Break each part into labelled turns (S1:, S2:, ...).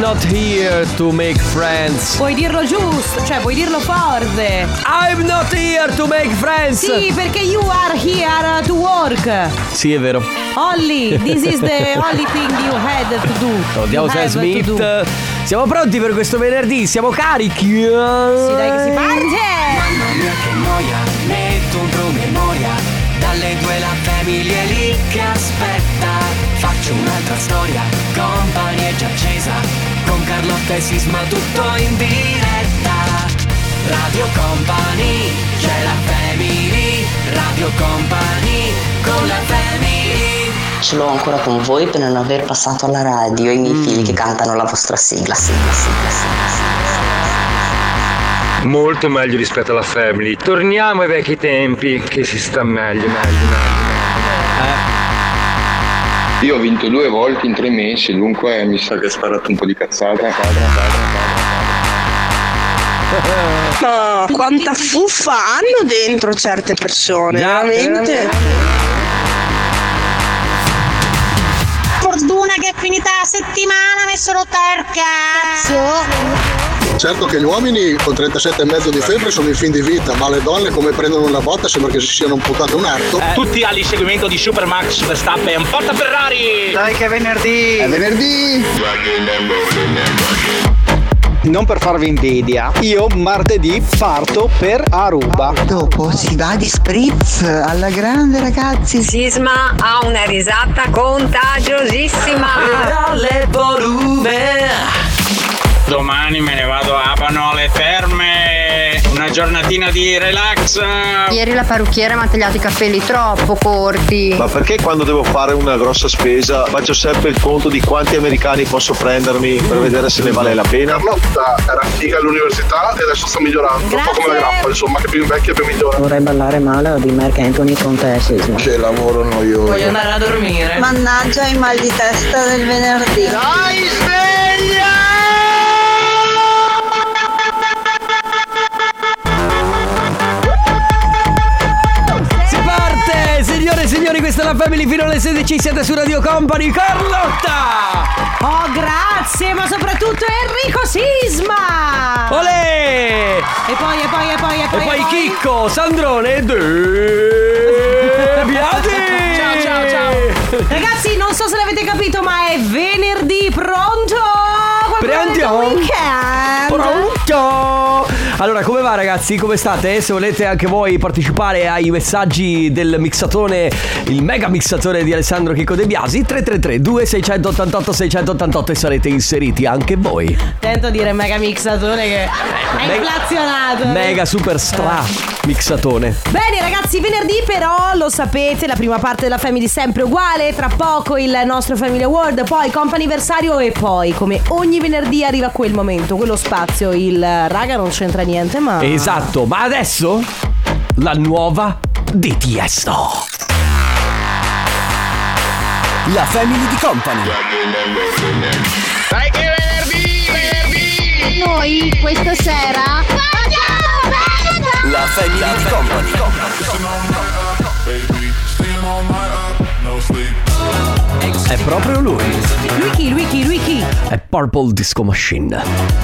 S1: not here to make friends.
S2: Vuoi dirlo giusto, cioè vuoi dirlo forte.
S1: I'm not here to make friends.
S2: Sì, perché you are here to work.
S1: Sì, è vero.
S2: Olly, this is the only thing you had to do.
S1: Andiamo
S2: You
S1: Sam
S2: have to do.
S1: Oh, Smith. Siamo pronti per questo venerdì, siamo carichi.
S2: Sì, dai che si parte.
S3: che noia, metto un promemoria Dalle due la famiglia è lì che aspetta Faccio un'altra storia, company è già accesa Con Carlotta e Sisma tutto in diretta Radio Company, c'è la family Radio Company, con la family
S4: Ce l'ho ancora con voi per non aver passato alla radio i miei figli che cantano la vostra sigla, sigla, sigla, sigla,
S5: Molto meglio rispetto alla family. Torniamo ai vecchi tempi che si sta meglio, meglio,
S6: Io ho vinto due volte in tre mesi, dunque mi sa che ho sparato un po' di cazzata.
S7: Ma quanta fuffa hanno dentro certe persone,
S1: Già,
S7: veramente?
S8: Fortuna che è finita la settimana, mi sono terca.
S9: Certo che gli uomini con 37,5 di febbre sono in fin di vita, ma le donne come prendono una botta sembra che si siano puntate un arto.
S10: Eh,
S3: Tutti all'inseguimento di Super Max Verstappen, porta Ferrari!
S9: È venerdì!
S11: Non per farvi invidia, io martedì parto per Aruba.
S7: Dopo si va di spritz alla grande ragazzi.
S8: Sisma ha una risata contagiosissima.
S5: Domani me ne vado a Abano alle ferme. Una giornatina di relax.
S8: Ieri la parrucchiera mi ha tagliato i capelli troppo corti.
S11: Ma perché quando devo fare una grossa spesa faccio sempre il conto di quanti americani posso prendermi per vedere se ne vale la pena?
S9: Carlotta era figa all'università e adesso sta migliorando, un po' come la grappa, insomma, che più invecchia più migliora.
S4: Vorrei ballare male o di Mark Anthony con te, Sisma.
S9: Che lavoro noioso.
S2: andare a dormire.
S7: Mannaggia i mal di testa del venerdì.
S1: Si parte! Signore e signori, questa è la Family fino alle 16, siete su Radio Company, Carlotta!
S2: Oh, grazie, ma soprattutto Enrico Sisma.
S1: Olè!
S2: E poi, e poi, e poi,
S1: Oh. E
S2: e poi.
S1: poi Chicco, Sandrone e De Biagi!
S2: Ciao, ciao, ciao. Ragazzi, non so se l'avete capito, ma è venerdì, pronto? Qualcuno ha detto
S1: Pronto?
S2: Weekend.
S1: Pronto! Allora, come va ragazzi? Come state? Se volete anche voi partecipare ai messaggi del mixatone, il mega mixatone di Alessandro Chicco De Biasi, 333 2688 688 e sarete inseriti anche voi.
S2: Tento a dire mega mixatore che è
S1: me-
S2: inflazionato.
S1: Mega super stra mixatone.
S2: Bene ragazzi, venerdì però lo sapete, la prima parte della Family sempre uguale, tra poco il nostro Family Award, poi comp'anniversario e poi come ogni venerdì arriva quel momento, quello spazio, il eh, raga non c'entra niente ma...
S1: Esatto, ma adesso la nuova di Tiesto. La family di company.
S3: Dai che è venerdì, venerdì!
S8: Noi questa sera facciamo
S1: La family di company. È proprio lui.
S2: Lui chi, lui chi, lui chi?
S1: È Purple Disco Machine.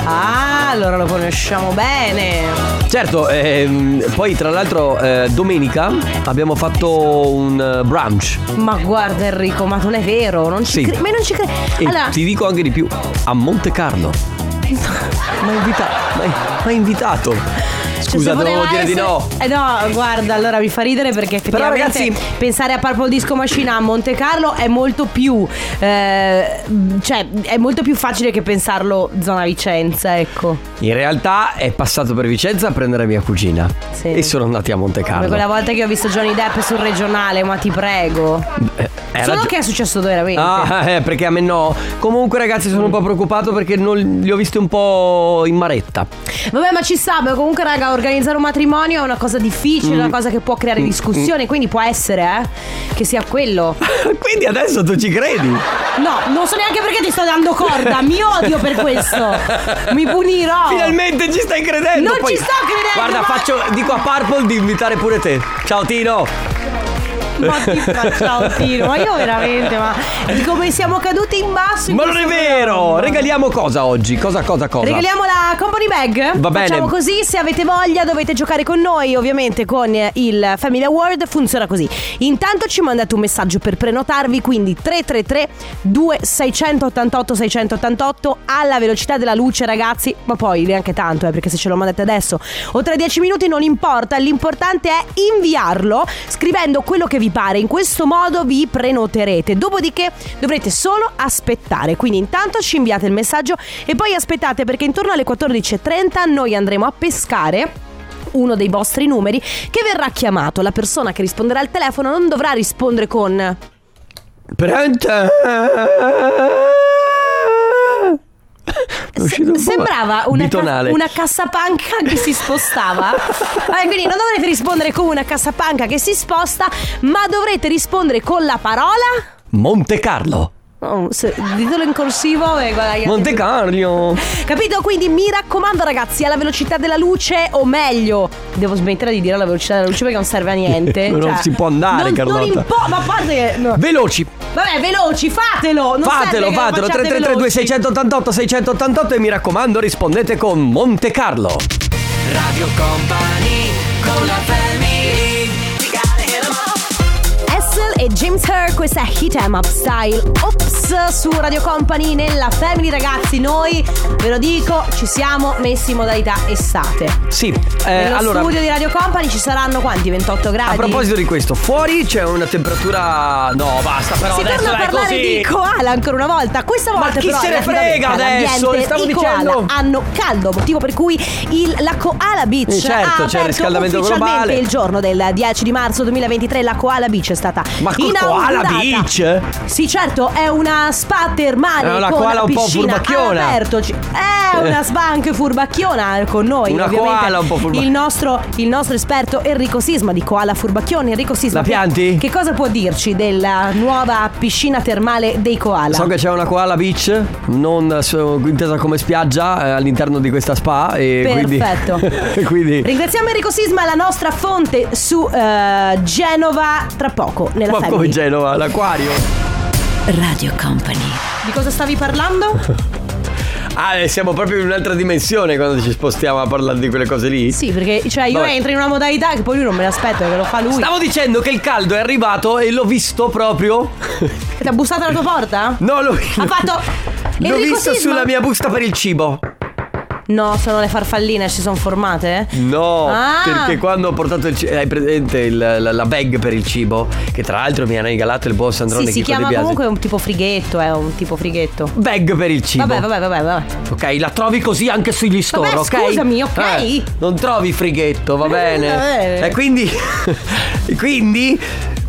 S2: Ah, allora lo conosciamo bene.
S1: Certo, ehm, poi tra l'altro eh, domenica abbiamo fatto un eh, brunch.
S2: Ma guarda Enrico, ma non è vero, non ci
S1: Sì.
S2: cre- Ma non ci credo.
S1: E
S2: Allora,
S1: ti dico anche di più, a Monte Carlo. Ma invita- m'ha- m'ha invitato.
S2: Cioè,
S1: Scusa,
S2: se
S1: dovevo
S2: poteva
S1: dire di
S2: essere-
S1: no.
S2: Eh no, guarda, allora mi fa ridere perché effettivamente
S1: ragazzi-
S2: pensare a Purple Disco Machine a Monte Carlo è molto più eh, cioè è molto più facile che pensarlo zona Vicenza, ecco.
S1: In realtà è passato per Vicenza a prendere mia cugina.
S2: Sì.
S1: E sono andati a Monte
S2: Come
S1: Carlo.
S2: quella volta che ho visto Johnny Depp sul regionale, ma ti prego.
S1: Eh, era
S2: Solo
S1: gio-
S2: che è successo veramente.
S1: Ah, eh, perché a me no. Comunque, ragazzi, sono un po' preoccupato perché non li ho visti un po' in maretta.
S2: Vabbè, ma ci sta, ma comunque raga, organizzare un matrimonio è una cosa
S1: Mm.
S2: difficile, una cosa che può creare discussione, quindi può essere, eh, che sia quello.
S1: Quindi adesso tu ci credi?
S2: No, non so neanche perché ti sto dando corda, mi odio per questo. Mi punirò.
S1: Finalmente ci stai credendo.
S2: Non
S1: poi-
S2: ci sto credendo,
S1: Guarda,
S2: ma-
S1: faccio, dico a Purple di invitare pure te. Ciao Tino.
S2: Ma ti faccia un tiro, ma io veramente, ma di come siamo caduti in basso in
S1: Ma non è
S2: questo
S1: vero! Regaliamo cosa oggi? Cosa, cosa, cosa?
S2: Regaliamo la company bag.
S1: Va bene.
S2: Facciamo così, se avete voglia dovete giocare con noi, ovviamente con il Family Award funziona così. Intanto ci mandate un messaggio per prenotarvi, quindi 333 2688 688 alla velocità della luce, ragazzi, ma poi neanche tanto, eh, perché se ce lo mandate adesso o tra 10 minuti non importa, l'importante è inviarlo scrivendo quello che vi pare. In questo modo vi prenoterete. Dopodiché dovrete solo aspettare. Quindi intanto ci inviate il messaggio e poi aspettate perché intorno alle 14.30 noi andremo a pescare uno dei vostri numeri che verrà chiamato. La persona che risponderà al telefono non dovrà rispondere con
S1: Pronto? È uscito un po'
S2: Sembrava una,
S1: bitonale.
S2: ca- una cassapanca che si spostava. Vabbè, quindi non dovrete rispondere con una cassapanca che si sposta, ma dovrete rispondere con la parola.
S1: Monte Carlo.
S2: Oh, se- ditelo in corsivo e guadagna.
S1: Monte Carlo.
S2: Capito? Quindi mi raccomando, ragazzi, alla velocità della luce, o meglio, devo smettere di dire alla velocità della luce perché non serve a niente. cioè,
S1: Non si può andare,
S2: non,
S1: Carlotta.
S2: Non impo- ma a parte che- no.
S1: Veloci.
S2: Vabbè, veloci, fatelo! Non serve
S1: fatelo,
S2: che lo
S1: fatelo. 333
S2: facciate veloci.
S1: 2688 688 e mi raccomando rispondete con Monte Carlo.
S3: Radio Company con la family You gotta hit 'em up.
S2: Essel e James Hur, questa è Hit Em Up Style Ops su Radio Company nella Family ragazzi Noi, ve lo dico, ci siamo messi in modalità estate
S1: Sì, eh,
S2: Nello
S1: allora
S2: studio di Radio Company ci saranno quanti? 28 gradi?
S1: a proposito di questo, fuori c'è una temperatura no, basta però
S2: si
S1: adesso
S2: torna a
S1: è
S2: parlare
S1: così.
S2: di koala ancora una volta. Questa volta
S1: chi
S2: però
S1: se ne
S2: alla fine
S1: frega
S2: americana,
S1: adesso?
S2: l'ambiente,
S1: Stavo
S2: i
S1: dicendo-
S2: koala hanno caldo, motivo per cui il- la Koala Beach
S1: Eh, certo,
S2: ha
S1: c'è il
S2: aperto
S1: riscaldamento
S2: ufficialmente
S1: globale.
S2: il giorno del 10 di marzo 2023 la Koala Beach è stata
S1: Ma col
S2: inaugurata.
S1: Koala Beach?
S2: Sì, certo, è una spa termale
S1: È una
S2: con
S1: koala
S2: la
S1: un po'
S2: piscina
S1: furbacchiona. Eh.
S2: all'aperto. Ci- È una spa anche furbacchiona con noi,
S1: Una
S2: ovviamente.
S1: koala un po' furbacchiona.
S2: il nostro, il nostro esperto Enrico Sisma di Koala Furbacchione, Enrico Sisma.
S1: La
S2: che-
S1: pianti?
S2: Che cosa può dirci della nuova piscina termale dei koala?
S1: So che c'è una koala beach, non so- intesa come spiaggia, eh, all'interno di questa spa. E
S2: Perfetto.
S1: Quindi, quindi
S2: Ringraziamo Enrico Sisma, la nostra fonte su eh, Genova tra poco nella
S1: Ma
S2: family.
S1: come Genova, l'acquario?
S12: Radio Company.
S2: Di cosa stavi parlando?
S1: Ah, eh, siamo proprio in un'altra dimensione quando ci spostiamo a parlare di quelle cose lì.
S2: sì, perché cioè io
S1: Vabbè.
S2: entro in una modalità che poi lui non me l'aspetto perché lo fa lui.
S1: Stavo dicendo che il caldo è arrivato e l'ho visto proprio.
S2: Ti ha bussato alla tua porta?
S1: No, l'ho,
S2: Ha fatto
S1: l'ho
S2: Enrico
S1: visto
S2: Sisma?
S1: sulla mia busta per il cibo.
S2: No, sono le farfalline, si sono formate?
S1: No,
S2: Ah.
S1: perché quando ho portato il cibo. Hai presente il- la, la bag per il cibo? Che tra l'altro mi hanno regalato il boss Androne
S2: Sì, si
S1: Chicco De
S2: chiama
S1: Biasi.
S2: comunque un tipo frighetto, è un tipo frighetto.
S1: Bag per il cibo.
S2: Vabbè, vabbè, vabbè, vabbè.
S1: Ok, la trovi così anche sugli store, ok? Eh,
S2: scusami, ok. Eh,
S1: non trovi frighetto, va bene.
S2: vabbè.
S1: E quindi. e quindi.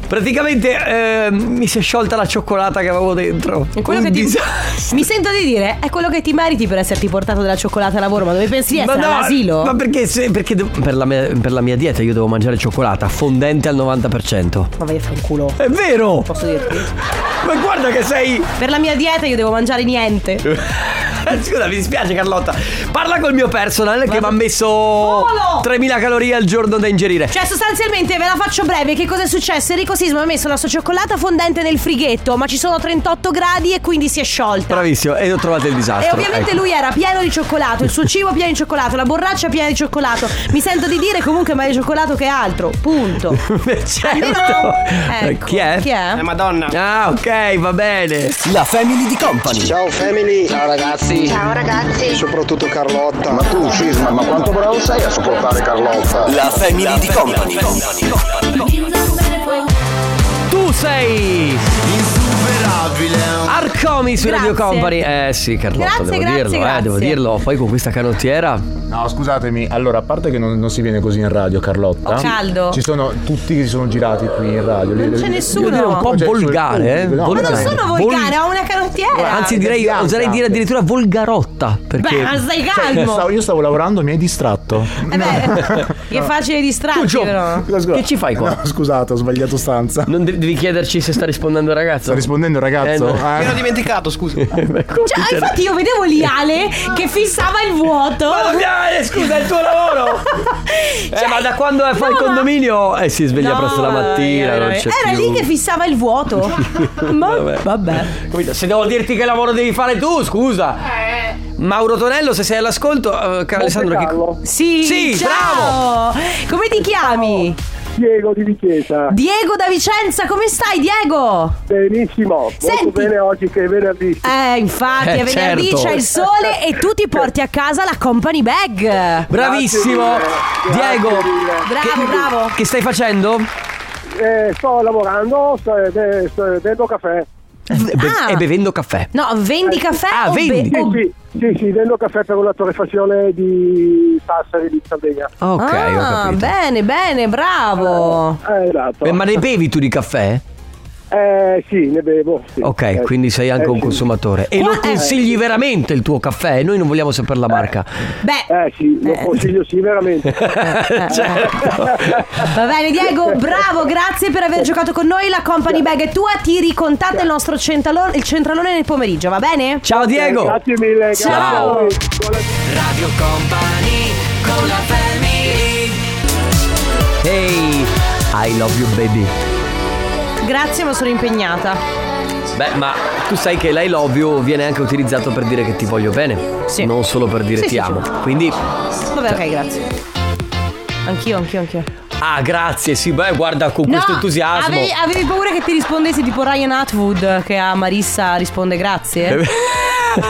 S1: Praticamente eh, mi si è sciolta la cioccolata che avevo dentro.
S2: È quello
S1: Un
S2: che ti-
S1: disastro.
S2: Mi sento di dire, è quello che ti meriti per esserti portato della cioccolata a lavoro, ma dove pensi di essere? all'asilo?
S1: ma perché, se- perché devo- per, la mia, per la mia dieta io devo mangiare cioccolata fondente al 90%.
S2: Ma vai a fare un culo.
S1: È vero!
S2: Posso dirti?
S1: Ma guarda che sei.
S2: Per la mia dieta io devo mangiare niente. Cioè,
S1: Scusa, mi dispiace Carlotta. Parla col mio personal che mi ha messo 3000 calorie al giorno da ingerire.
S2: Cioè, sostanzialmente ve la faccio breve. Che cosa è successo? Enrico Sisma ha messo la sua cioccolata fondente nel frighetto, ma ci sono 38 gradi e quindi si è sciolta.
S1: Bravissimo, e ho trovato il disastro.
S2: E ovviamente
S1: Ecco.
S2: lui era pieno di cioccolato, il suo cibo pieno di cioccolato, la borraccia piena di cioccolato. Mi sento di dire comunque meglio cioccolato che altro. Punto.
S1: certo.
S2: Ecco.
S1: Chi è?
S2: Chi è?
S5: Madonna.
S1: Ah, ok, va bene. La family di company.
S9: Ciao family,
S5: Ciao ragazzi.
S8: Ciao ragazzi.
S9: soprattutto Carlotta. Ma tu Sisma, ma quanto bravo sei a sopportare Carlotta?
S1: La family di company. Tu sei Arcomi su Radio
S2: Grazie.
S1: Company. Eh sì, Carlotta,
S2: Grazie,
S1: devo
S2: grazie,
S1: dirlo, eh,
S2: grazie.
S1: devo dirlo. Poi con questa canottiera.
S11: No, scusatemi, allora a parte che non, non si viene così in radio, Carlotta.
S2: Ho caldo.
S11: Ci sono tutti che si sono girati qui in radio.
S2: Non c'è
S1: Devo dire un
S2: nessuno.
S1: po'
S11: Cioè,
S1: volgare, eh.
S11: sul pubblico, no,
S2: Ma
S1: volgare.
S2: non sono
S1: Vol-
S2: volgare, eh. ho una canottiera.
S1: Anzi, direi,
S11: bianca.
S1: oserei dire addirittura volgarotta. Perché
S2: Beh, ma
S1: cioè,
S2: stai
S11: Io
S2: calmo.
S11: stavo, io stavo lavorando e mi hai distratto.
S2: Eh beh, che facile
S1: Tu,
S2: distrarti
S1: Gio,
S2: però.
S1: che ci fai qua?
S11: No, scusate, ho sbagliato stanza.
S1: Non de- devi chiederci se sta rispondendo il ragazzo.
S11: Sta rispondendo il
S1: Eh,
S11: ragazzo?
S1: no.
S11: Ah,
S13: ero dimenticato, scusa.
S2: Cioè, infatti io vedevo lì Ale che fissava il vuoto.
S1: Ma vabbè,
S2: eh.
S1: Ale, scusa, è il tuo lavoro. Eh, ma da quando fa il condominio? Eh, si sveglia
S2: Cioè, No,
S1: presto la mattina. non c'è
S2: Era
S1: più.
S2: lì che fissava il vuoto. Ma
S1: Vabbè.
S2: vabbè.
S1: Capito? Se devo dirti che lavoro devi fare tu, scusa.
S2: Eh.
S1: Mauro Tonello, se sei all'ascolto, eh, caro Alessandro. Che...
S2: Sì,
S1: Sì,
S2: ciao. Come ti chiami?
S10: Diego di Vicenza.
S2: Diego da Vicenza, come stai Diego?
S10: Benissimo,
S2: Senti.
S10: molto bene oggi che è venerdì.
S2: Eh, infatti,
S10: Eh,
S2: è venerdì,
S10: certo.
S2: c'è il sole e tu ti porti a casa la company bag.
S1: Bravissimo, Diego.
S2: Bravo, bravo.
S1: Che stai facendo?
S10: Eh, sto lavorando, sto, eh, sto bevendo caffè.
S1: Be-
S2: ah.
S1: E bevendo caffè.
S2: No, vendi caffè
S1: Ah,
S2: o be-
S1: vendi.
S2: o-
S10: Sì, sì, sì, vendo caffè per una torrefazione di Sassari di Sardegna.
S1: ho
S2: ah,
S1: capito.
S2: bene, bene, bravo.
S10: Eh, esatto.
S1: Beh, ma ne bevi tu di caffè?
S10: Eh, sì, ne bevo. sì.
S1: Ok,
S10: Eh,
S1: quindi sei anche
S10: eh,
S1: un
S10: sì.
S1: consumatore. E
S10: Qua-
S1: lo consigli veramente il tuo caffè? Noi non vogliamo sapere la marca.
S2: Beh,
S10: eh sì, lo consiglio sì, veramente.
S2: Va bene Diego, bravo, grazie per aver giocato con noi, la company bag è tua, ti ricontatta il nostro centralone, il centralone nel pomeriggio, va bene?
S1: Ciao Diego.
S10: Eh, Grazie mille,
S2: Ciao.
S3: Radio Company con la family
S1: Hey, I love you baby.
S2: Grazie, ma sono impegnata.
S1: Beh, ma tu sai che l'I love you viene anche utilizzato per dire che ti voglio bene. Sì. Non solo per dire
S2: Sì,
S1: ti
S2: sì,
S1: amo.
S2: sì.
S1: Quindi...
S2: Vabbè, ok, grazie. Anch'io, anch'io, anch'io.
S1: Ah, grazie, sì, beh, guarda con
S2: No,
S1: questo entusiasmo.
S2: Avevi, avevi paura che ti rispondessi tipo Ryan Atwood che a Marissa risponde grazie?
S1: Eh,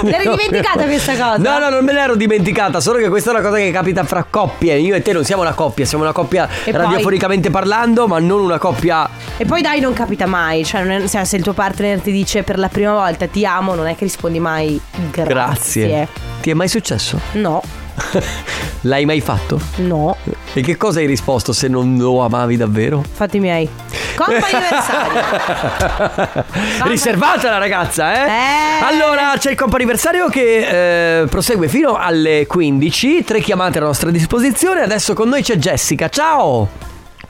S2: L'eri dimenticata questa cosa?
S1: No, no, non me l'ero dimenticata, solo che questa è una cosa che capita fra coppie. Io e te non siamo una coppia, siamo una coppia
S2: E poi?
S1: radiofonicamente parlando, ma non una coppia.
S2: E poi dai, non capita mai. Cioè, non è- se- se il tuo partner ti dice per la prima volta ti amo, non è che rispondi mai grazie.
S1: Grazie. Ti è mai successo?
S2: No,
S1: L'hai mai fatto?
S2: No.
S1: E che cosa hai risposto se non lo amavi davvero?
S2: fatti miei. Compa anniversario.
S1: Riservata la ragazza, eh? Allora, c'è il compo anniversario che eh, prosegue fino alle 15. Tre chiamate a nostra disposizione. Adesso con noi c'è Jessica. Ciao!
S2: Oh,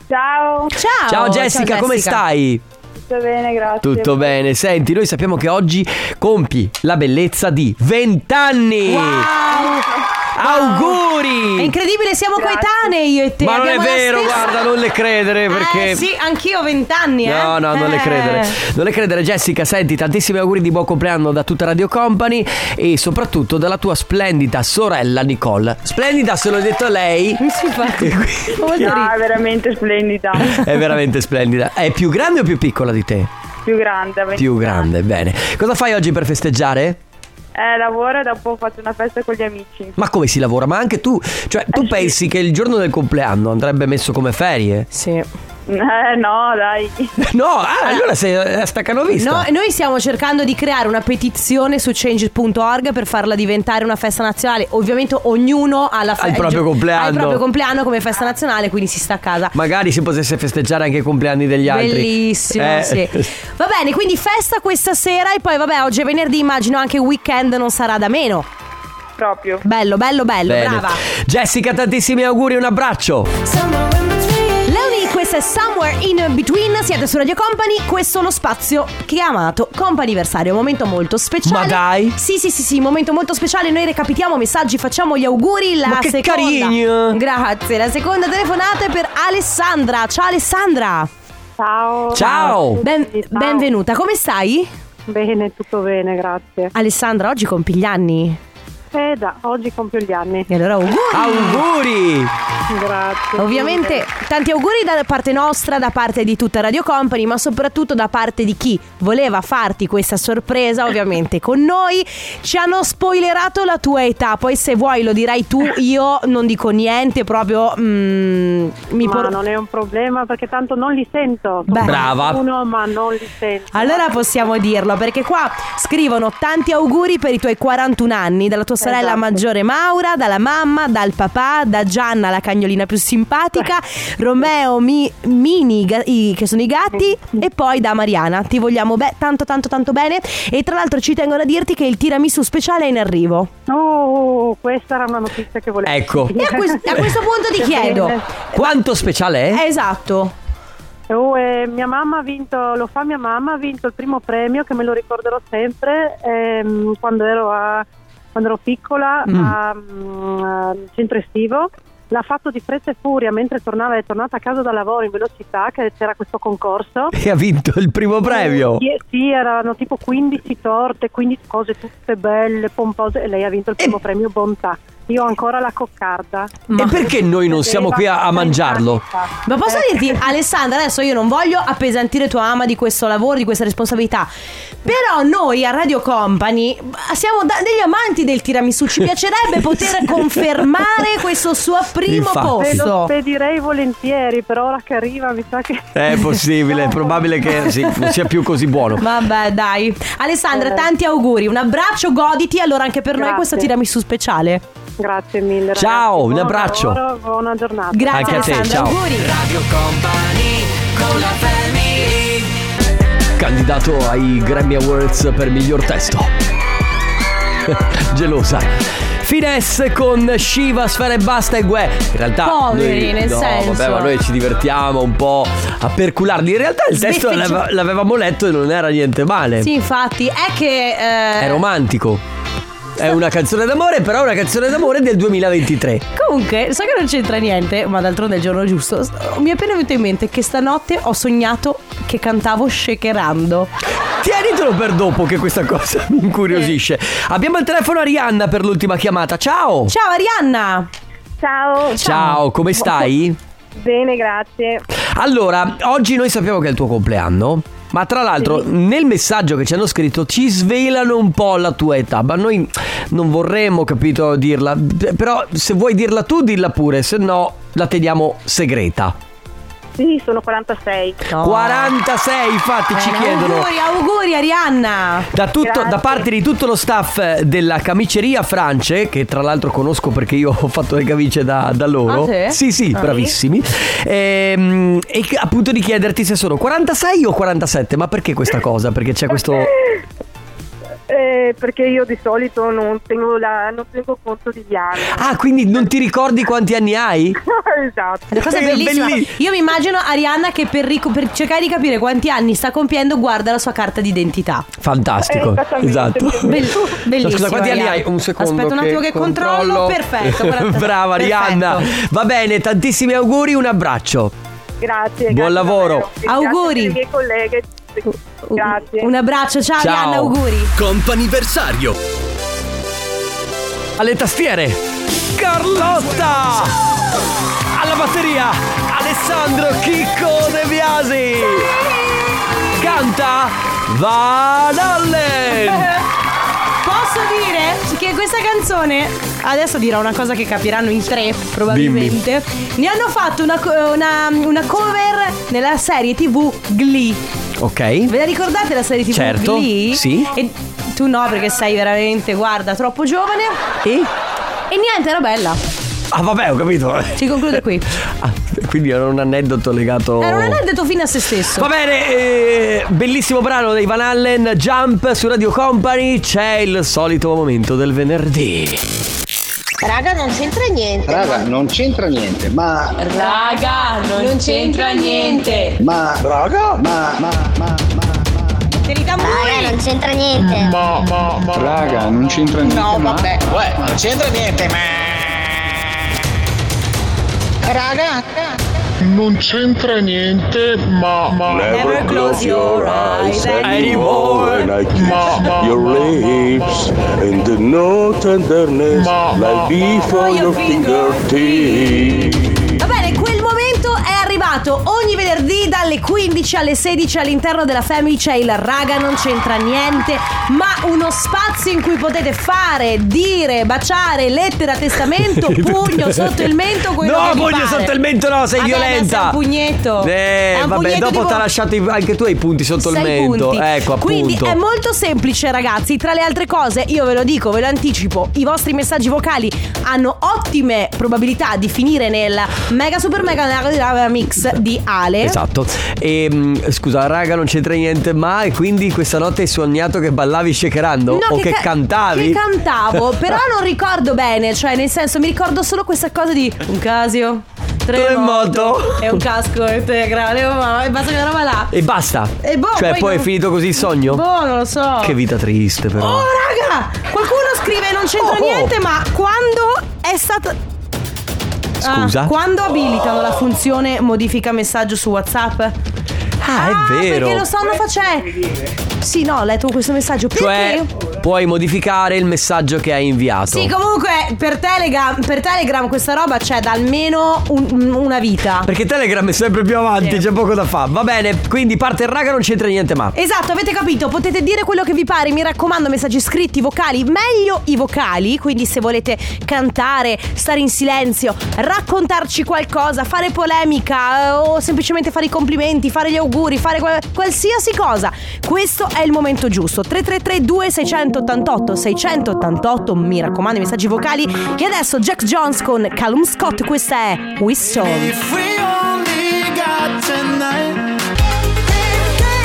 S14: Ciao. Ciao.
S1: Oh, ciao Jessica, come stai?
S14: Tutto bene, grazie.
S1: Tutto bene, senti, noi sappiamo che oggi compi la bellezza di 20 anni. Auguri!
S2: È incredibile, siamo coetanei io e te.
S1: Ma non è
S2: abbiamo la
S1: vero,
S2: stessa-
S1: guarda, non le credere perché
S2: Eh, sì, anch'io ho vent'anni, eh.
S1: No, no, non le
S2: Eh.
S1: credere. Non le credere, Jessica. Senti, tantissimi auguri di buon compleanno da tutta Radio Company e soprattutto dalla tua splendida sorella Nicole. Splendida, se l'ho detto a lei.
S14: No, è veramente splendida.
S1: È veramente splendida. È più grande o più piccola di te?
S14: Più grande. venti-
S1: Più grande, bene. Cosa fai oggi per festeggiare?
S14: Eh, lavoro e dopo faccio una festa con gli amici.
S1: Ma come si lavora? Ma anche tu, cioè, tu pensi che il giorno del compleanno andrebbe messo come ferie?
S2: Sì.
S14: Eh, no, dai.
S1: No, ah, allora sei eh, staccanovista.
S2: No, noi stiamo cercando di creare una petizione su change.org per farla diventare una festa nazionale. Ovviamente ognuno ha la fe-
S1: Al proprio
S2: gio-
S1: compleanno.
S2: al proprio compleanno come festa nazionale, quindi si sta a casa.
S1: Magari si potesse festeggiare anche i compleanni degli altri.
S2: Bellissimo,
S1: Eh.
S2: sì. Va bene, quindi festa questa sera e poi vabbè, oggi è venerdì, immagino anche il weekend non sarà da meno.
S14: Proprio.
S2: Bello, bello, bello,
S1: Bene.
S2: brava.
S1: Jessica, tantissimi auguri, un abbraccio.
S2: Leonie, questa è Somewhere in Between, siete su Radio Company, questo è lo spazio chiamato Companiversario, un momento molto speciale. Ma dai! Sì, sì, sì, sì, un momento molto speciale, noi recapitiamo messaggi, facciamo gli auguri, la
S1: Ma che
S2: seconda...
S1: carino!
S2: Grazie, la seconda telefonata è per Alessandra, ciao Alessandra!
S14: Ciao.
S1: Ciao.
S2: Ben- benvenuta, come stai?
S14: Bene, tutto bene, grazie.
S2: Alessandra, oggi compi gli anni?
S14: Eh, da, oggi compio gli anni.
S2: E allora auguri!
S14: Ah.
S1: Auguri!
S14: Grazie.
S2: Ovviamente tanti auguri da parte nostra, da parte di tutta Radio Company, ma soprattutto da parte di chi voleva farti questa sorpresa, ovviamente con noi. Ci hanno spoilerato la tua età, poi se vuoi lo dirai tu, io non dico niente, proprio mm, mi
S14: Ma
S2: por-
S14: non è un problema perché tanto non li sento.
S2: Beh.
S1: Brava.
S14: Uno, ma non li sento.
S2: Allora possiamo dirlo perché qua scrivono tanti auguri per i tuoi 41 anni dalla tua sorella maggiore Maura, dalla mamma, dal papà, da Gianna la cagnolina più simpatica, Romeo, Mi- Mini ga- i- che sono i gatti e poi da Mariana. Ti vogliamo be- tanto tanto tanto bene e tra l'altro ci tengono a dirti che il tiramisù speciale è in arrivo.
S14: Oh, questa era una notizia che volevo.
S1: Ecco.
S2: E a, quest- a questo punto ti
S14: Che
S2: chiedo Eh?
S14: bene.
S1: Quanto speciale è?
S2: Esatto.
S14: Oh, eh, mia mamma ha vinto, lo fa mia mamma, ha vinto il primo premio che me lo ricorderò sempre ehm, quando, ero a- quando ero piccola
S13: Mm.
S14: a, mm, a centro estivo. L'ha fatto di fretta e furia mentre tornava, è tornata a casa da lavoro in velocità, che c'era questo concorso.
S1: E ha vinto il primo premio.
S14: Sì, sì, erano tipo 15 torte, 15 cose tutte belle, pompose e lei ha vinto il
S1: Eh.
S14: primo premio bontà. Io ho ancora la coccarda.
S1: E perché noi non siamo qui a, a mangiarlo?
S2: Ma posso
S14: Ecco.
S2: dirti, Alessandra, adesso io non voglio appesantire tua ama di questo lavoro, di questa responsabilità. Però noi a Radio Company eh, siamo da- degli amanti del tiramisù. Ci piacerebbe poter confermare questo suo primo
S1: Infatti.
S14: Ve lo
S2: posto.
S14: spedirei volentieri, però ora che arriva mi sa che...
S1: È possibile, è probabile che sì, non sia più così buono.
S2: Vabbè, dai. Alessandra, tanti auguri. Un abbraccio, goditi allora anche per noi
S14: Grazie.
S2: questo tiramisù speciale.
S14: Grazie mille.
S1: Ciao, un
S14: buon
S1: abbraccio.
S14: lavoro, buona giornata.
S2: Grazie
S1: Anche a te,
S2: Alessandra,
S1: ciao.
S2: auguri.
S3: Radio Company con la family
S1: Candidato ai Grammy Awards per miglior testo. Gelosa. Finesse con Shiva, Sfera e Basta e Gue. In realtà.
S2: Poveri,
S1: noi-
S2: nel
S1: no,
S2: senso.
S1: Vabbè, ma noi ci divertiamo un po' a percularli. In realtà il testo
S2: Sbeffeggi-
S1: l'ave- l'avevamo letto e non era niente male.
S14: Eh.
S2: Sì, infatti, è che. eh,
S1: È romantico. È una canzone d'amore, però è una canzone d'amore del 2023.
S2: Comunque, so che non c'entra niente, ma d'altronde è il giorno giusto. S- Mi è appena venuto in mente che stanotte ho sognato che cantavo shakerando.
S1: Tienitelo per dopo che questa cosa mi incuriosisce. Abbiamo il telefono Arianna per l'ultima chiamata. Ciao!
S2: Ciao Arianna!
S13: Ciao.
S1: Ciao, come stai?
S13: Bene, grazie.
S1: Allora, oggi noi sappiamo che è il tuo compleanno. Ma tra l'altro, nel messaggio che ci hanno scritto ci svelano un po' la tua età. Ma noi non vorremmo, capito, dirla. Però se vuoi dirla tu, dilla pure, se no la teniamo segreta.
S13: Sì, sono 46.
S1: Ah, 46, infatti,
S2: Eh,
S1: ci chiedono.
S2: Auguri, auguri Arianna!
S1: Da, tutto, da parte di tutto lo staff della camiceria France, che tra l'altro conosco perché io ho fatto le camicie da, da loro.
S2: Ah, sì?
S1: Sì, sì,
S2: Ah.
S1: bravissimi. Ehm, E, che- appunto di chiederti se sono 46 o 47, ma perché questa cosa? Perché c'è questo.
S13: Eh, perché io di solito non tengo, la, non tengo conto degli anni.
S1: Ah, quindi non ti ricordi quanti anni hai?
S13: esatto.
S2: La cosa
S1: È
S2: bellissima.
S1: belliss-
S2: Io mi immagino Arianna che per, ric- per cercare di capire quanti anni sta compiendo guarda la sua carta d'identità. Eh,
S1: Fantastico,
S13: Esattamente.
S1: esatto.
S2: Bell- bellissimo.
S1: Scusa, quanti anni hai?
S2: Arianna.
S1: Un secondo.
S2: Aspetta un attimo che controllo. Perfetto. 40.
S1: Brava,
S2: Perfetto.
S1: Arianna. Va bene, tantissimi auguri, un abbraccio.
S13: Grazie.
S1: Buon
S13: grazie
S1: lavoro.
S13: davvero. Grazie
S2: Auguri.
S13: alle mie colleghe. Grazie.
S2: Un abbraccio, ciao, Arianna, auguri.
S1: Comp'anniversario. Alle tastiere. Carlotta. Alla batteria. Alessandro Chicco De Biasi. Canta Van Allen.
S2: Posso dire che questa canzone, adesso dirò una cosa che capiranno in tre probabilmente, ne hanno fatto una, co- una- una cover nella serie tv Glee.
S1: Ok.
S2: Ve la ricordate la serie tv
S1: Certo,
S2: Glee?
S1: sì.
S2: E tu no perché sei veramente, guarda, troppo giovane.
S1: E?
S2: E niente, era bella.
S1: Ah vabbè, ho capito.
S2: Si conclude qui.
S1: Ah, quindi era un aneddoto legato...
S2: Era un aneddoto fine a se stesso.
S1: Va bene, eh, bellissimo brano dei Van Allen, Jump su Radio Company, c'è il solito momento del venerdì.
S13: Raga, non c'entra niente.
S15: Raga, non c'entra niente, ma.
S13: Raga, non, c'entra niente.
S15: Ma. Raga? Ma. Ma. Ma.
S2: Te li dà
S16: Eh,
S13: Raga, non c'entra niente.
S6: Ma, ma, ma. Raga, non c'entra niente.
S13: No,
S6: ma-
S13: vabbè.
S6: Uè, non c'entra niente, ma.
S13: Raga,
S9: Non c'entra niente, ma. ma...
S13: Never close your eyes anymore.
S17: When I kiss your lips and the no tenderness like before your fingertips.
S2: Va bene, quel momento è arrivato. Ogni venerdì dalle 15 alle 16 all'interno della Family c'è il raga, non c'entra niente, ma uno spazio in cui potete fare, dire, baciare, lettera, testamento, pugno sotto il mento, quello
S1: No,
S2: che vi
S1: pugno
S2: pare.
S1: sotto il mento no, sei
S2: Vabbè,
S1: violenta.
S2: ma se è un pugnetto.
S1: Eh,
S2: È un
S1: vabbè,
S2: pugnetto
S1: dopo
S2: tipo-
S1: ti ha lasciato i- anche tu i punti sotto il
S2: Sei
S1: mento.
S2: punti.
S1: Ecco, appunto.
S2: Quindi è molto semplice, ragazzi. Tra le altre cose, io ve lo dico, ve lo anticipo: i vostri messaggi vocali hanno ottime probabilità di finire nel mega super mega mega mix di Ale.
S1: Esatto. E, mh, scusa, raga, non c'entra niente, ma e quindi questa notte hai sognato che ballavi shakerando
S2: No,
S1: o che,
S2: ca-
S1: cantavi?
S2: Che cantavo, però non ricordo bene, cioè nel senso mi ricordo solo questa cosa di un casio,
S1: Tremoto.
S2: È un casco integrale, oh mamma, e basta che roba là.
S1: E basta.
S2: E boh,
S1: cioè,
S2: poi
S1: poi, è
S2: non-
S1: finito così il sogno?
S2: Boh, non lo so.
S1: Che vita triste, però.
S2: Oh raga, qualcuno scrive non
S1: Oh,
S2: c'entra niente, ma quando è stata
S1: Scusa?
S2: Ah, quando abilitano la funzione modifica messaggio su WhatsApp?
S1: Ah, è vero.
S2: Perché lo stanno facendo. Sì, no, ho letto questo messaggio.
S1: Cioè,
S2: Perché?
S1: puoi modificare il messaggio che hai inviato.
S2: Sì, comunque per Telegram, per Telegram questa roba c'è da almeno un- una vita.
S1: Perché Telegram è sempre più avanti, c'è poco da fare. Va bene, quindi parte il raga, non c'entra niente, ma.
S2: Esatto, avete capito, potete dire quello che vi pare, mi raccomando, messaggi scritti, vocali, meglio i vocali, quindi se volete cantare, stare in silenzio, raccontarci qualcosa, fare polemica eh, o semplicemente fare i complimenti, fare gli auguri, fare qual- qualsiasi cosa, questo è il momento giusto. 333 688 688, mi raccomando, i messaggi vocali e adesso Jack Jones con Callum Scott, questa è Whistle.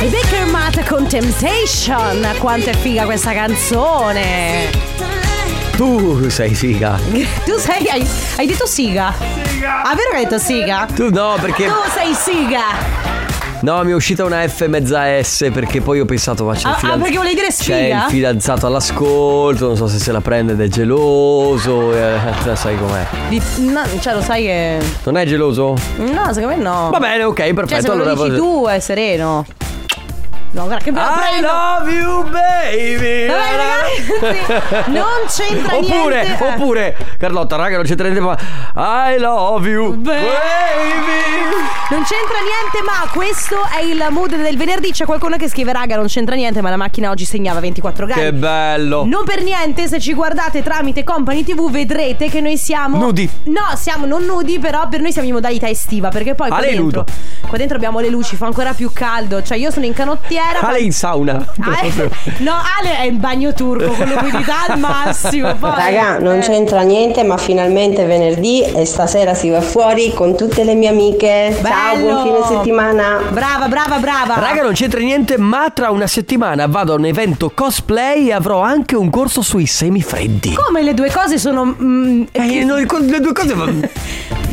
S2: E Baker Mata con Temptation, quanto è figa questa canzone!
S1: Tu sei figa.
S2: Tu sei. Hai, hai detto siga? Siga! Ah, vero che hai detto siga?
S1: Tu no, perché.
S2: Tu sei siga!
S1: Cioè, No, mi è uscita una F mezza S perché poi ho pensato, ma c'è
S2: Ah,
S1: il
S2: ah,
S1: fidanz-
S2: perché volevi dire
S1: C'è
S2: sfiga?
S1: il fidanzato all'ascolto, non so se se la prende ed è geloso, eh, cioè, sai com'è.
S2: Di- no, cioè, lo sai che.
S1: Non è geloso?
S2: No, secondo me no.
S1: Va bene, ok, perfetto.
S2: Cioè, se me
S1: allora
S2: lo dici
S1: posso-
S2: tu è sereno. No, guarda che bello.
S1: I love you, baby.
S2: Vabbè, ragazzi, non c'entra
S1: oppure,
S2: niente. Eh.
S1: Oppure, Carlotta, raga, non c'entra niente, ma I love you, baby.
S2: Non c'entra niente, ma questo è il mood del venerdì. C'è qualcuno che scrive: Raga, non c'entra niente, ma la macchina oggi segnava 24 gradi.
S1: Che bello.
S2: Non per niente, se ci guardate tramite Company TV vedrete che noi siamo
S1: Nudi.
S2: No, siamo non nudi, però per noi siamo in modalità estiva, perché poi qua
S1: Ale è
S2: dentro qua dentro abbiamo le luci, fa ancora più caldo. Cioè io sono in canottiera.
S1: Ale in sauna.
S2: Ale- no, Ale è in bagno turco con l'umidità al massimo. Poi...
S18: Raga, non c'entra niente, ma finalmente è venerdì e stasera si va fuori con tutte le mie amiche. Ciao, buon fine settimana.
S2: Brava, brava, brava.
S1: Raga, non c'entra niente, ma tra una settimana vado a un evento cosplay e avrò anche un corso sui semifreddi.
S2: Come le due cose sono. mm,
S1: Eh, no, le due cose.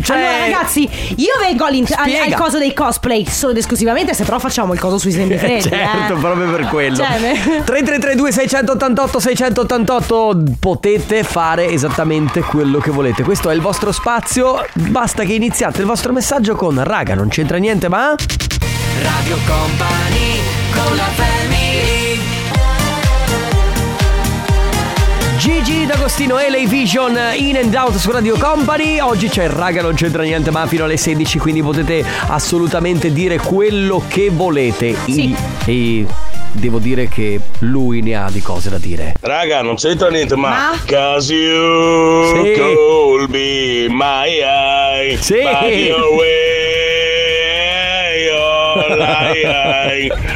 S1: Cioè-
S2: Allora, ragazzi, io vengo all'inter- al,
S1: Spiega.
S2: al coso dei cosplay solo ed esclusivamente se però facciamo il coso sui semifreddi.
S1: certo,
S2: eh.
S1: proprio per quello.
S2: Cioè, me-
S1: 3332 688 688 potete fare esattamente quello che volete. Questo è il vostro spazio, basta che iniziate il vostro messaggio con raga, non c'entra niente, ma
S3: Radio Company con la family
S1: Gigi D'Agostino e Lei Vision in and out su Radio Company. Oggi c'è raga, non c'entra niente, ma fino alle 16, quindi potete assolutamente dire quello che volete.
S2: Sì.
S1: E devo dire che lui ne ha di cose da dire.
S11: Raga, non c'entra niente, ma.
S2: Ma?
S11: Cause you
S1: Sì.
S11: could be my eye.
S1: Sì.
S11: By your way, all I eye.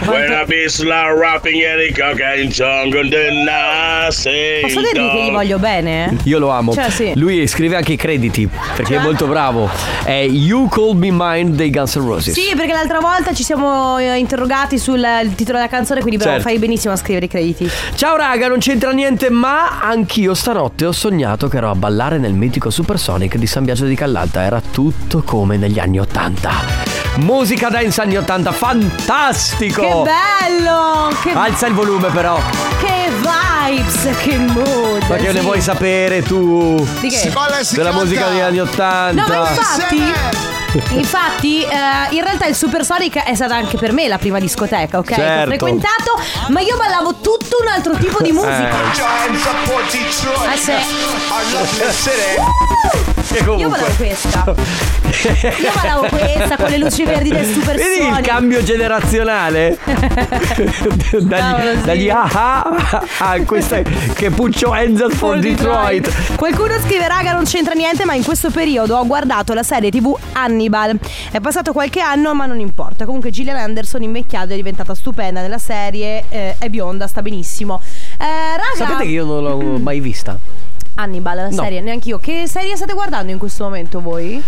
S11: When I be slow rapping and it cock and jungle, then I say.
S2: Posso dirvi che gli voglio bene?
S1: Io lo amo.
S2: Cioè, sì.
S1: Lui scrive anche i crediti perché
S2: Cioè?
S1: è molto bravo. È You Call Me Mine dei Guns N' Roses.
S2: Sì, perché l'altra volta ci siamo eh, interrogati sul eh, il titolo della canzone, quindi bravo,
S1: Certo.
S2: fai benissimo a scrivere i crediti.
S1: Ciao raga, non c'entra niente, ma anch'io stanotte ho sognato che ero a ballare nel mitico Supersonic di San Biagio di Callalta. Era tutto come negli anni Ottanta. Musica dance anni Ottanta, fantastico!
S2: Che bello! Che,
S1: Alza il volume però,
S2: che vibes, che mood!
S1: ma che ne
S2: Eh, sì.
S1: vuoi sapere tu?
S2: Di che? Si balla e si
S1: Della
S2: canta.
S1: musica degli anni Ottanta.
S2: No, ma infatti. Infatti, eh, in realtà il Super Sonic è stata anche per me la prima discoteca, ok? Che ho
S1: Certo. Eh.
S2: frequentato, ma io ballavo tutto un altro tipo di musica. Ah, sì. Io
S1: comunque-
S2: ballavo questa. Io ballavo questa con le luci verdi del Super
S1: Vedi il
S2: Sonic.
S1: cambio generazionale?
S2: Cavolo,
S1: dagli
S2: sì.
S1: dagli ah, ah, ah, questa che puccio Enzo for Detroit.
S2: Qualcuno scrive raga non c'entra niente ma in questo periodo ho guardato la serie tv Hannibal È passato qualche anno ma non importa Comunque Gillian Anderson invecchiata è diventata stupenda nella serie eh, È bionda, sta benissimo eh, Raga
S1: Sapete che io non l'ho mai vista.
S2: Hannibal la
S1: No.
S2: serie, neanche io Che serie state guardando in questo momento voi?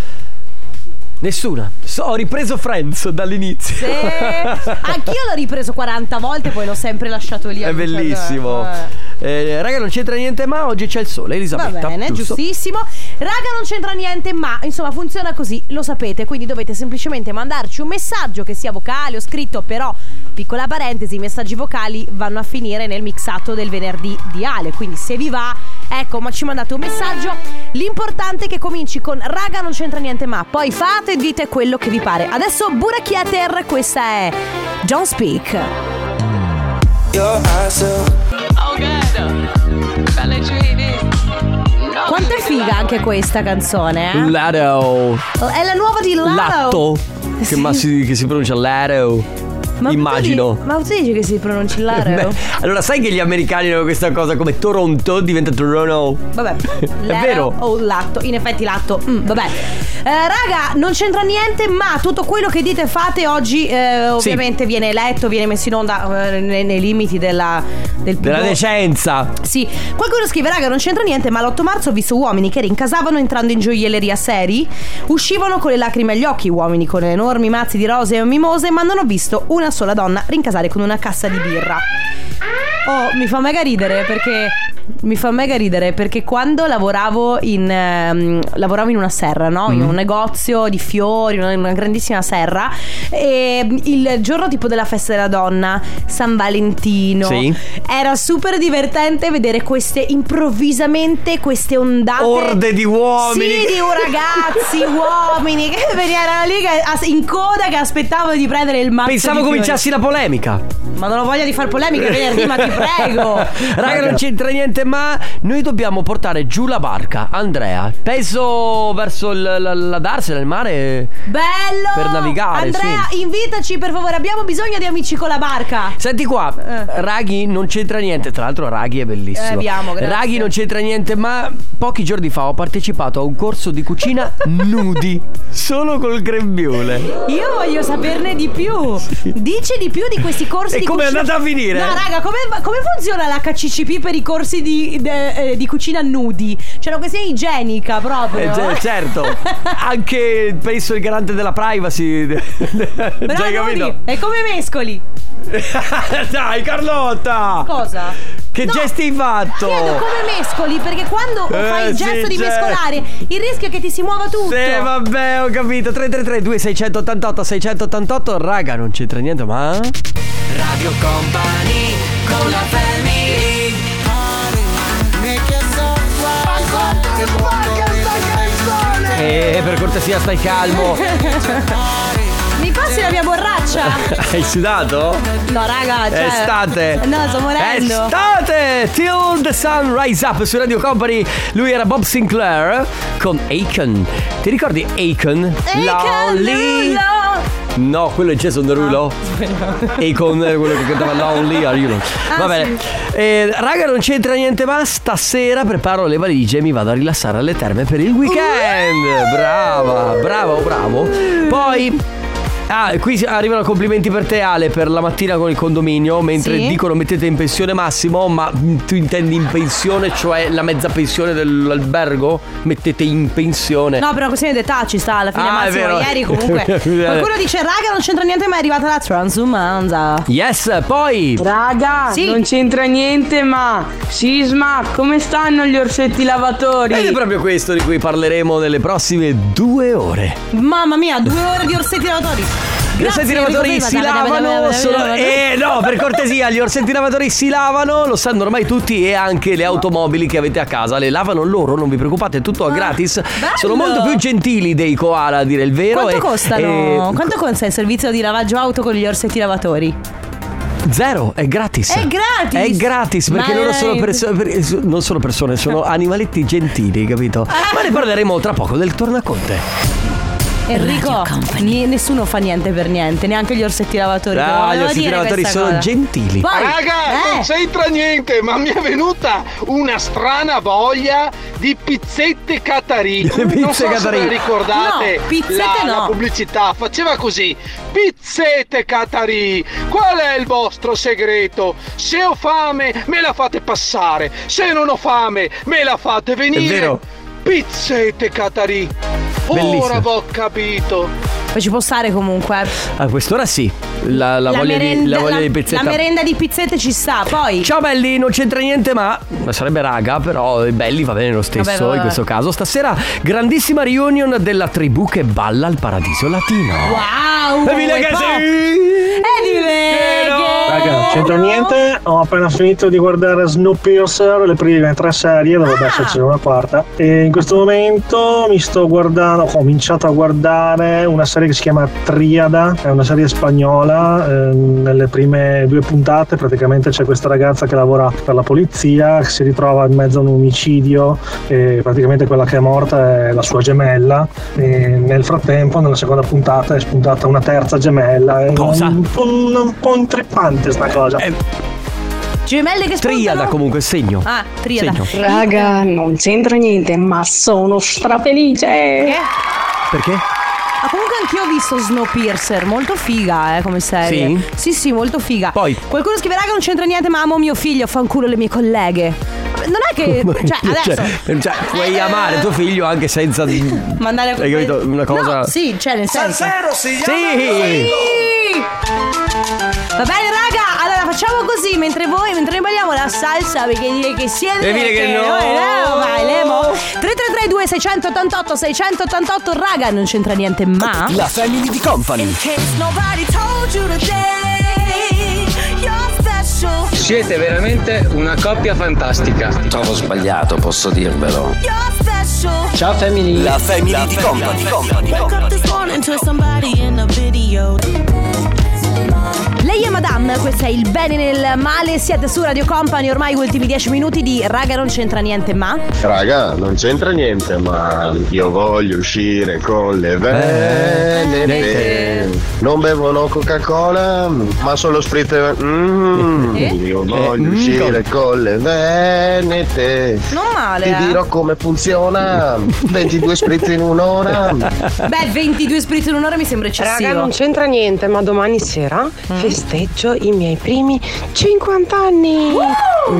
S1: Nessuna. So, ho ripreso Friends dall'inizio.
S2: Sì. Anch'io l'ho ripreso 40 volte poi l'ho sempre lasciato lì
S1: È
S2: ad un certo-
S1: bellissimo.
S2: Eh.
S1: Eh, raga, non c'entra niente, ma oggi c'è il sole, Elisabetta.
S2: Va bene,
S1: giusto?
S2: giustissimo. Raga, non c'entra niente, ma insomma funziona così, lo sapete. Quindi dovete semplicemente mandarci un messaggio che sia vocale o scritto, però, piccola parentesi, i messaggi vocali vanno a finire nel mixato del venerdì di Ale. Quindi se vi va, ecco, ma ci mandate un messaggio. L'importante è che cominci con raga, non c'entra niente, ma poi fate e dite quello che vi pare. Adesso Burakieter, questa è Don't Speak. Quanto è figa anche questa canzone, eh?
S1: Lato.
S2: È la nuova di Lalo.
S1: Latto.
S2: Eh,
S1: Che, ma si, che si pronuncia Lato.
S2: tu
S1: Immagino.
S2: di- ma tu dici che si pronunci Lareo?
S1: Beh, allora, sai che gli americani hanno questa cosa come Toronto diventa Toronto?
S2: Vabbè,
S1: È
S2: Lareo
S1: vero.
S2: O latto, in effetti latto. Mm, vabbè. Eh, raga, non c'entra niente, ma tutto quello che dite e fate oggi eh, ovviamente viene letto, viene messo in onda eh, nei, nei limiti della, del più-
S1: Della decenza.
S2: Sì, qualcuno scrive, raga, non c'entra niente, ma l'8 marzo ho visto uomini che rincasavano entrando in gioielleria seri, uscivano con le lacrime agli occhi, uomini con enormi mazzi di rose e mimose, ma non ho visto una sola donna rincasare con una cassa di birra. Oh, mi fa mega ridere perché mi fa mega ridere perché quando lavoravo in ehm, lavoravo in una serra, no? In
S1: Mm-hmm.
S19: Mm.
S2: un negozio di fiori, una, una grandissima serra e il giorno tipo della festa della donna, San Valentino,
S1: Sì.
S2: era super divertente vedere queste improvvisamente queste ondate
S1: Orde di uomini.
S2: Sì, di u- ragazzi, uomini che venivano lì che as- in coda che aspettavano di prendere il mazzo
S1: Pensavo
S2: di fiori.
S1: cominciassi la polemica.
S2: Ma non ho voglia di far polemiche venerdì, ma ti prego.
S1: Raga, non c'entra niente, ma noi dobbiamo portare giù la barca. Andrea, penso verso il- la, la darsena, il mare.
S2: Bello!
S1: Per navigare,
S2: Andrea,
S1: sì.
S2: invitaci per favore, abbiamo bisogno di amici con la barca.
S1: Senti qua, Raghi non c'entra niente. Tra l'altro, Raghi è bellissimo.
S2: Eh, vi amo, grazie.
S1: Raghi non c'entra niente, ma pochi giorni fa ho partecipato a un corso di cucina nudi, solo col grembiule.
S2: Io voglio saperne di più. Dici di più di questi corsi
S1: E
S2: di
S1: com'è
S2: cucina.
S1: andata a finire?
S2: No, raga, come, come funziona l'HCCP per i corsi di, de- eh, di cucina nudi? C'è una questione igienica
S1: Eh,
S2: proprio.
S1: c- certo, anche penso il garante della privacy.
S2: Però
S1: Già
S2: nudi,
S1: Cioè, capito?
S2: è come mescoli.
S1: Dai, Carlotta!
S2: Cosa?
S1: Che gesti hai fatto?
S2: Chiedo come mescoli, perché quando
S1: Eh,
S2: fai il
S1: sì,
S2: gesto di
S1: c'è.
S2: mescolare, il rischio è che ti si muova tutto.
S1: Sì, vabbè, ho capito. 333 2688 688 Raga, non c'entra niente, ma
S3: Radio Company con la family
S1: Eh, per cortesia, stai calmo.
S2: Mi passi la mia borraccia?
S1: Hai sudato?
S2: No, raga, cioè...
S1: Estate
S2: No, sto morendo.
S1: Estate Till the sun rise up Su Radio Company Lui era Bob Sinclair Con Aiken Ti ricordi Aiken?
S3: Aiken
S1: Lonely No, quello è Jason Derulo Aiken è quello che cantava Lonely Are You Lonely
S3: Ah,
S1: Va bene Eh, Raga non c'entra niente ma Stasera preparo le valigie E mi vado a rilassare alle terme Per il weekend Brava Bravo bravo Poi Ah, qui si- arrivano complimenti per te Ale per la mattina con il condominio, mentre
S2: Sì.
S1: dicono mettete in pensione Massimo, ma mm, tu intendi in pensione, cioè la mezza pensione dell'albergo? Mettete in pensione.
S2: No, però questione di età ci sta alla fine.
S1: Ah, è
S2: Massimo,
S1: vero.
S2: ieri comunque. Qualcuno dice, raga, non c'entra niente, ma è arrivata la transumanza.
S1: Yes, poi
S20: Raga,
S2: Sì.
S20: non c'entra niente, ma Sisma, come stanno gli orsetti lavatori?
S1: Ed è proprio questo di cui parleremo nelle prossime due ore.
S2: Mamma mia, due ore di orsetti lavatori.
S1: Gli orsetti lavatori si lavano sono- Eh no, per cortesia, gli orsetti lavatori si lavano, lo sanno ormai tutti e anche le automobili che avete a casa le lavano loro, non vi preoccupate, è
S2: Ah,
S1: tutto gratis. Sono molto più gentili dei koala a dire il vero.
S2: Quanto
S1: e-
S2: costano?
S1: e-
S2: Quanto costa il servizio di lavaggio auto con gli orsetti lavatori?
S1: Zero, è gratis.
S2: È gratis?
S1: È gratis perché
S2: Ma
S1: loro sono
S2: veramente?
S1: persone, non sono persone, sono animaletti gentili, capito?
S2: Ah!
S1: Ma ne parleremo tra poco del tornaconte.
S2: Enrico, ni- nessuno fa niente per niente, neanche gli orsetti lavatori.
S1: Ah,
S2: Te lo
S1: gli
S2: volevo
S1: orsetti
S2: dire
S1: lavatori
S2: questa
S1: sono
S2: cosa.
S1: gentili.
S2: Poi,
S21: Raga,
S2: eh,
S21: non c'entra niente, ma mi è venuta una strana voglia di pizzette Catari.
S1: Le pizze
S21: non so
S1: Catari.
S21: se ve ricordate
S2: No, pizzette
S21: la,
S2: no.
S21: la pubblicità faceva così: pizzette Catari. Qual è il vostro segreto? Se ho fame, me la fate passare. Se non ho fame, me la fate venire.
S1: vero.
S21: Pizzette Catari.
S1: Bellissimo.
S21: Ora ho capito.
S2: Ma ci può stare comunque.
S1: A quest'ora sì. La, la voglia, di, la voglia
S2: la-
S1: di pizzetta.
S2: la merenda di pizzette ci sta, poi.
S1: Ciao belli, non c'entra niente, ma. Ma sarebbe raga, però eh, belli va bene lo stesso
S2: Vabbè, vabbè.
S1: in questo caso. Stasera grandissima reunion della tribù che balla al paradiso latino.
S2: Wow!
S1: E mi lega
S2: e
S1: sì!
S2: poi- E di Vega!
S19: Raga,
S1: Eh,
S19: non c'entra niente, ho appena finito di guardare Snowpiercer, le prime tre serie, dovrebbe esserci una quarta. E in questo momento mi sto guardando, ho cominciato a guardare una serie che si chiama Triada, è una serie spagnola, eh, nelle prime due puntate praticamente c'è questa ragazza che lavora per la polizia, che si ritrova in mezzo a un omicidio e praticamente quella che è morta è la sua gemella e nel frattempo nella seconda puntata è spuntata una terza gemella. È
S1: Cosa?
S19: Un po', un- un po' intrippante sta cosa.
S2: Gemelle che
S1: Eh, Triada comunque, segno.
S2: Ah, triada.
S1: Segno.
S22: Raga, non c'entra niente, ma sono
S23: Eh,
S22: strafelice.
S1: Perché?
S2: Ma Ah, comunque anch'io ho visto Snowpiercer, molto figa, eh, come serie. Sì, sì, molto figa. Poi qualcuno scrive raga non c'entra niente, ma amo mio figlio, fanculo le mie colleghe. Non è che cioè adesso Eh,
S1: Cioè, cioè, puoi amare tuo figlio anche senza.
S2: mandare a
S1: Hai capito? Una cosa.
S2: No, sì, cioè nel senso.
S1: Sì!
S2: Sì! Va bene, raga, allora facciamo così, mentre voi, mentre noi balliamo la salsa, perché dire che siete
S1: E dire che no.
S2: noi eh, no, vai, lemo. 3332 688 688 raga, non c'entra niente, ma
S3: La family di company. Siete veramente una coppia fantastica. Trovo sbagliato, posso dirvelo. Ciao family. La family di company.
S2: Lei è Madame, questo è il bene nel male, siete su Radio Company, ormai ultimi 10 minuti di raga non c'entra niente ma.
S11: Raga, non c'entra niente, ma io voglio uscire con
S2: Eh,
S11: le venete. Non bevono Coca-Cola, ma solo spritz. Mm,
S2: Eh?
S11: Io voglio uscire con le venete.
S2: Non male.
S11: Ti
S2: eh.
S11: dirò come funziona. 22 spritz in un'ora.
S2: Beh, 22 spritz in un'ora mi sembra eccessivo.
S23: Raga, non c'entra niente, ma domani sera festeggio i miei primi 50 anni.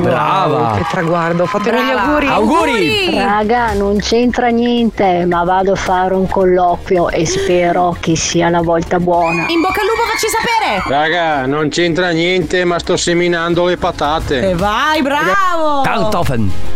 S1: Brava.
S23: Che traguardo, fatemi gli auguri.
S16: Raga, non c'entra niente, ma vado a fare un colloquio e spero che sia la volta buona.
S2: In bocca al lupo facci sapere!
S21: Raga, non c'entra niente, ma sto seminando le patate.
S2: E vai, bravo!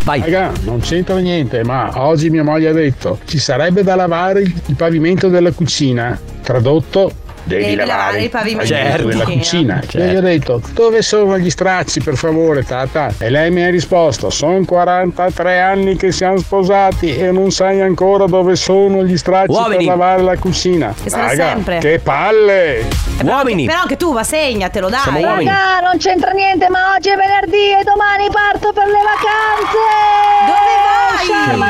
S1: vai.
S24: Raga, non c'entra niente, ma oggi mia moglie ha detto ci sarebbe da lavare il il pavimento della cucina. Tradotto, devi,
S2: Devi
S24: lavare,
S2: lavare il pavimento Certo.
S24: della cucina.
S2: Certo.
S24: E gli ho detto, dove sono gli stracci, per favore, tata? E lei mi ha risposto, sono 43 anni che siamo sposati e non sai ancora dove sono gli stracci
S2: Uomini.
S24: per lavare la cucina.
S2: Che sarà
S24: Raga,
S2: sempre.
S24: che palle!
S1: Uomini!
S2: eh. Però anche tu va, segnatelo, dai!
S24: Siamo uomini.
S16: Raga, non c'entra niente, ma oggi è venerdì e domani parto per le vacanze!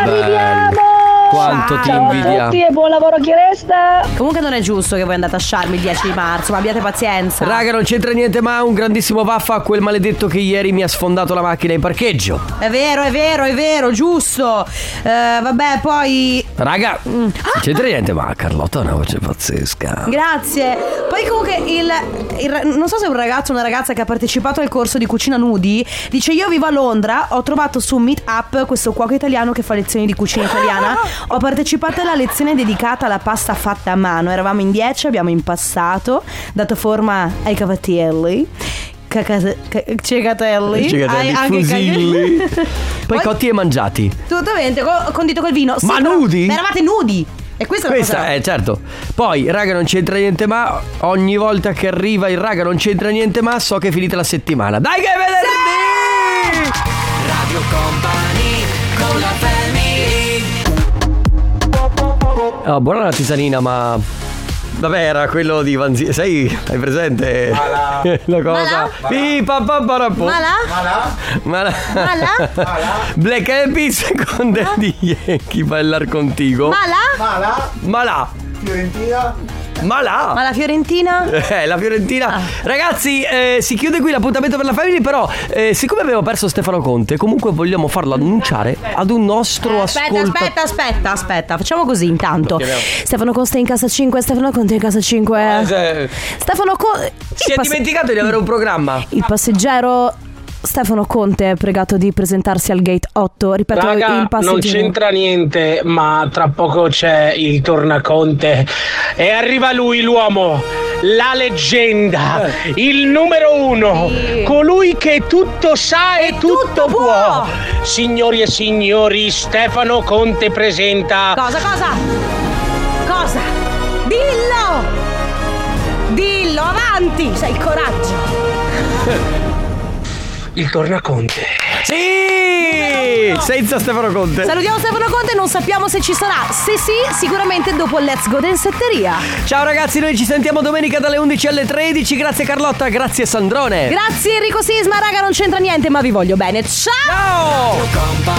S16: Dove
S1: Che bello. Quanto ti invidiamo.
S2: e buon lavoro chi resta! Comunque non è giusto che voi andate a sciarmi il 10 di marzo, ma abbiate pazienza!
S1: Raga, non c'entra niente, ma un grandissimo vaffa a quel maledetto che ieri mi ha sfondato la macchina in parcheggio.
S2: È vero, è vero, è vero, giusto! Eh, vabbè, poi
S1: Raga, non c'entra niente, ma Carlotta ha una voce pazzesca.
S2: Grazie. Poi comunque il, il ra- non so se è un ragazzo o una ragazza che ha partecipato al corso di cucina nudi dice io vivo a Londra, ho trovato su Meetup questo cuoco italiano che fa lezioni di cucina italiana. Ho partecipato alla lezione dedicata alla pasta fatta a mano. Eravamo in 10, abbiamo impastato, dato forma ai cavatelli. cacate- ca- Cegatelli,
S1: Cegatelli,
S2: ai- anche
S1: Cioè, fusilli.
S2: cagatelli.
S1: Poi
S2: Poi-
S1: cotti e mangiati.
S2: Assolutamente, co- condito col vino.
S1: Ma
S2: però-
S1: nudi?
S2: ma Eravate nudi. E questa, è la
S1: Questa
S2: cosa.
S1: è certo. Poi, raga, non c'entra niente, ma ogni volta che arriva il raga, non c'entra niente, ma so che è finita la settimana. Dai, che è venerdì!
S3: Radio Company con la family.
S1: Oh, buona la tisanina, ma. Vabbè, era quello di Vanzi. Sai, hai presente? La cosa. Pi, pa, pa, pa, ra, po.
S3: Mala?
S1: Mala.
S3: Mala?
S1: Black Eyed Peas con Daddy Yankee ballar contigo.
S2: Mala?
S1: Mala. Mala.
S2: Fiorentina.
S1: Mala.
S2: Ma la Fiorentina?
S1: Eh, la Fiorentina.
S2: Ah.
S1: Ragazzi, eh, si chiude qui l'appuntamento per la Family, però eh, siccome abbiamo perso Stefano Conte, comunque vogliamo farlo annunciare ad un nostro
S2: Eh, Aspetta,
S1: ascoltatore.
S2: aspetta, aspetta, aspetta. Facciamo così intanto. Stefano Costa in casa 5, Stefano Conte in casa 5.
S1: Eh,
S11: Ah,
S2: Stefano Conte.
S1: Si è dimenticato di avere un programma.
S2: Il passeggero Stefano Conte è pregato di presentarsi al gate 8. Ripeto,
S11: Raga,
S2: il passaggio.
S11: non c'entra niente, ma tra poco c'è il tornaconte e arriva lui l'uomo, la leggenda, il numero uno, colui che tutto sa e, tutto, può. Signori e signori, Stefano Conte presenta...
S2: Cosa, cosa? Cosa? Dillo! Dillo, avanti! C'hai il coraggio!
S11: Il tornaconte.
S1: Sì! Senza Stefano Conte.
S2: Salutiamo Stefano Conte, non sappiamo se ci sarà. Se sì, sicuramente dopo Let's Go Densetteria.
S1: Ciao ragazzi, noi ci sentiamo domenica dalle 11 alle 13. Grazie Carlotta, grazie Sandrone.
S2: Grazie Enrico Sisma, raga, non c'entra niente, ma vi voglio bene. Ciao!
S1: Ciao!